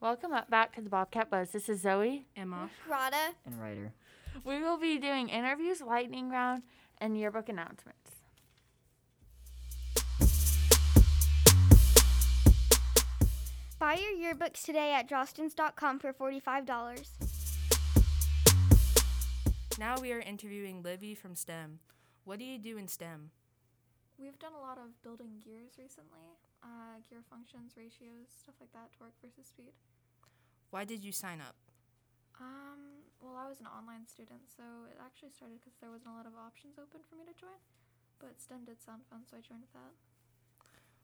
Welcome up back to the Bobcat Buzz. This is Zoe. Emma. Rada, and writer. We will be doing interviews, lightning round, and yearbook announcements. buy your yearbooks today at jostens.com for $45. Now we are interviewing Livy from STEM. What do you do in STEM? We've done a lot of building gears recently, uh, gear functions, ratios, stuff like that, torque versus speed. Why did you sign up? Um, well, I was an online student, so it actually started because there wasn't a lot of options open for me to join. But STEM did sound fun, so I joined that.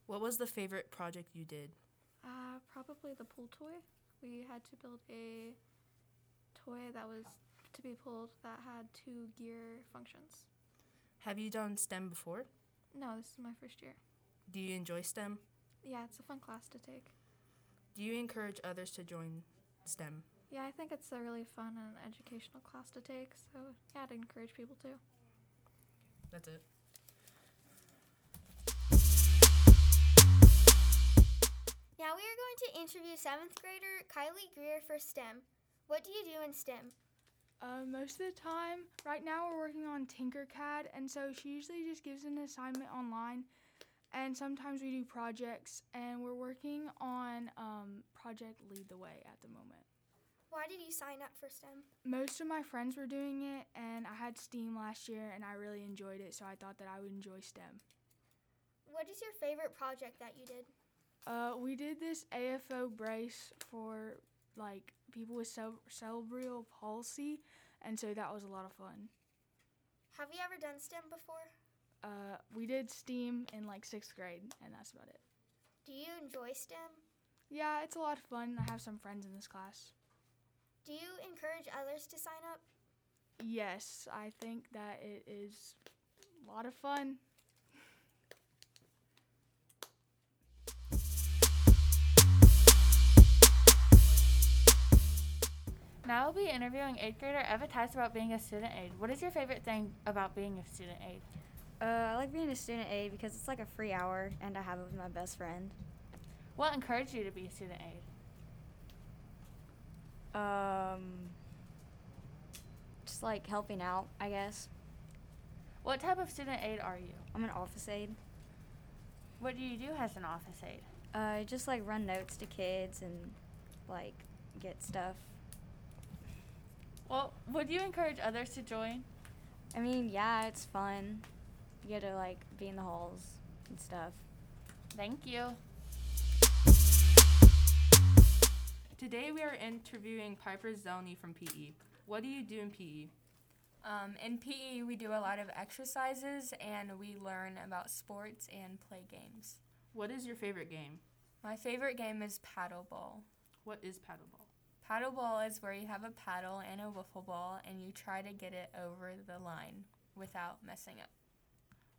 What was the favorite project you did? Uh, probably the pull toy. We had to build a toy that was to be pulled that had two gear functions. Have you done STEM before? No, this is my first year. Do you enjoy STEM? Yeah, it's a fun class to take. Do you encourage others to join STEM? Yeah, I think it's a really fun and educational class to take, so yeah, I'd encourage people to. That's it. Now we are going to interview seventh grader Kylie Greer for STEM. What do you do in STEM? Uh, most of the time, right now we're working on Tinkercad, and so she usually just gives an assignment online, and sometimes we do projects, and we're working on um, Project Lead the Way at the moment. Why did you sign up for STEM? Most of my friends were doing it, and I had STEAM last year, and I really enjoyed it, so I thought that I would enjoy STEM. What is your favorite project that you did? Uh, we did this AFO brace for like people with cel- cerebral palsy, and so that was a lot of fun. Have you ever done STEM before? Uh, we did STEAM in like sixth grade, and that's about it. Do you enjoy STEM? Yeah, it's a lot of fun. I have some friends in this class. Do you encourage others to sign up? Yes, I think that it is a lot of fun. Now I'll be interviewing eighth grader Eva Tice about being a student aid. What is your favorite thing about being a student aid? Uh, I like being a student aid because it's like a free hour, and I have it with my best friend. What encouraged you to be a student aid? Um, just like helping out, I guess. What type of student aid are you? I'm an office aide. What do you do as an office aid? Uh, just like run notes to kids and like get stuff. Well, would you encourage others to join? I mean, yeah, it's fun. You get to like be in the halls and stuff. Thank you. Today we are interviewing Piper Zelny from PE. What do you do in E? PE? Um, in PE, we do a lot of exercises and we learn about sports and play games. What is your favorite game? My favorite game is paddleball. What is paddleball? Paddleball is where you have a paddle and a wiffle ball and you try to get it over the line without messing up.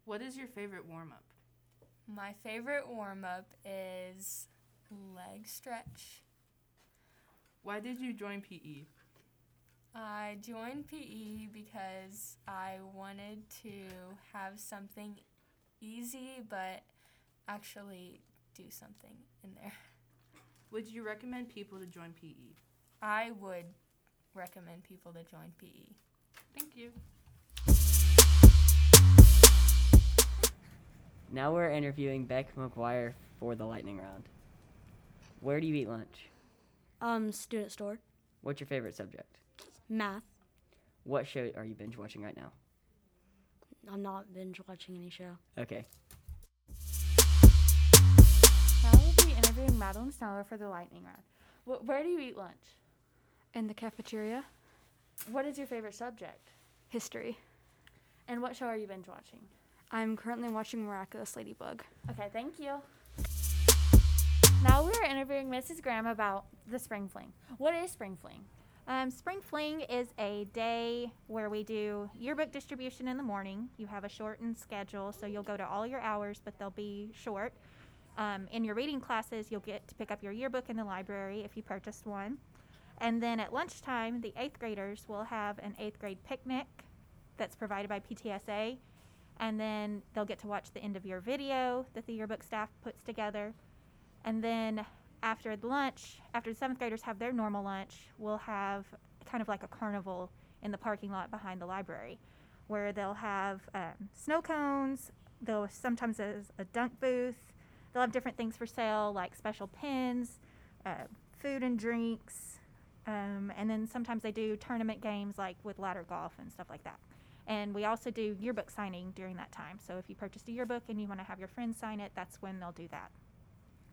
What is your favorite warm up? My favorite warm up is leg stretch. Why did you join E? PE? I joined PE because I wanted to have something easy but actually do something in there. Would you recommend people to join E? PE? I would recommend people to join PE. Thank you. Now we're interviewing Beck McGuire for the lightning round. Where do you eat lunch? Um, student store, What's your favorite subject? math. What show are you binge watching right now? I'm not binge watching any show. Okay. Now we'll be interviewing Madeline Sneller for the lightning round. Wh- where do you eat lunch? In the cafeteria. What is your favorite subject? History. And what show are you binge watching? I'm currently watching Miraculous Ladybug. Okay, thank you. Now we are interviewing Mrs. Graham about the spring fling. What is spring fling? Um, Spring Fling is a day where we do yearbook distribution in the morning. You have a shortened schedule, so you'll go to all your hours, but they'll be short. Um, in your reading classes, you'll get to pick up your yearbook in the library if you purchased one. And then at lunchtime, the eighth graders will have an eighth grade picnic that's provided by PTSA. And then they'll get to watch the end of year video that the yearbook staff puts together. And then after the lunch, after the seventh graders have their normal lunch, we'll have kind of like a carnival in the parking lot behind the library where they'll have um, snow cones, they'll sometimes there's a dunk booth, they'll have different things for sale like special pins, uh, food and drinks, um, and then sometimes they do tournament games like with ladder golf and stuff like that. And we also do yearbook signing during that time. So if you purchased a yearbook and you want to have your friends sign it, that's when they'll do that.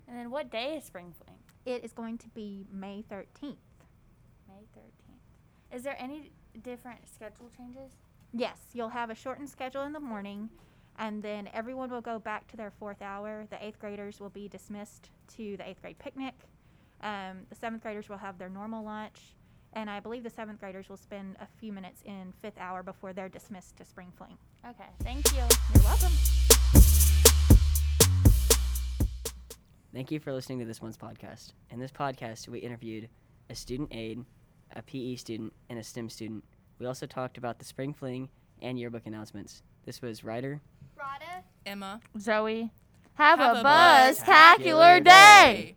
And then what day is spring fling? It is going to be May 13th. May 13th. Is there any different schedule changes? Yes, you'll have a shortened schedule in the morning, and then everyone will go back to their fourth hour. The eighth graders will be dismissed to the eighth grade picnic. Um, the seventh graders will have their normal lunch, and I believe the seventh graders will spend a few minutes in fifth hour before they're dismissed to spring fling. Okay, thank you. You're welcome. Thank you for listening to this month's podcast. In this podcast, we interviewed a student aide, a PE student, and a STEM student. We also talked about the spring fling and yearbook announcements. This was Ryder. Rada, Emma. Zoe. Have, a, buzz-tacular day.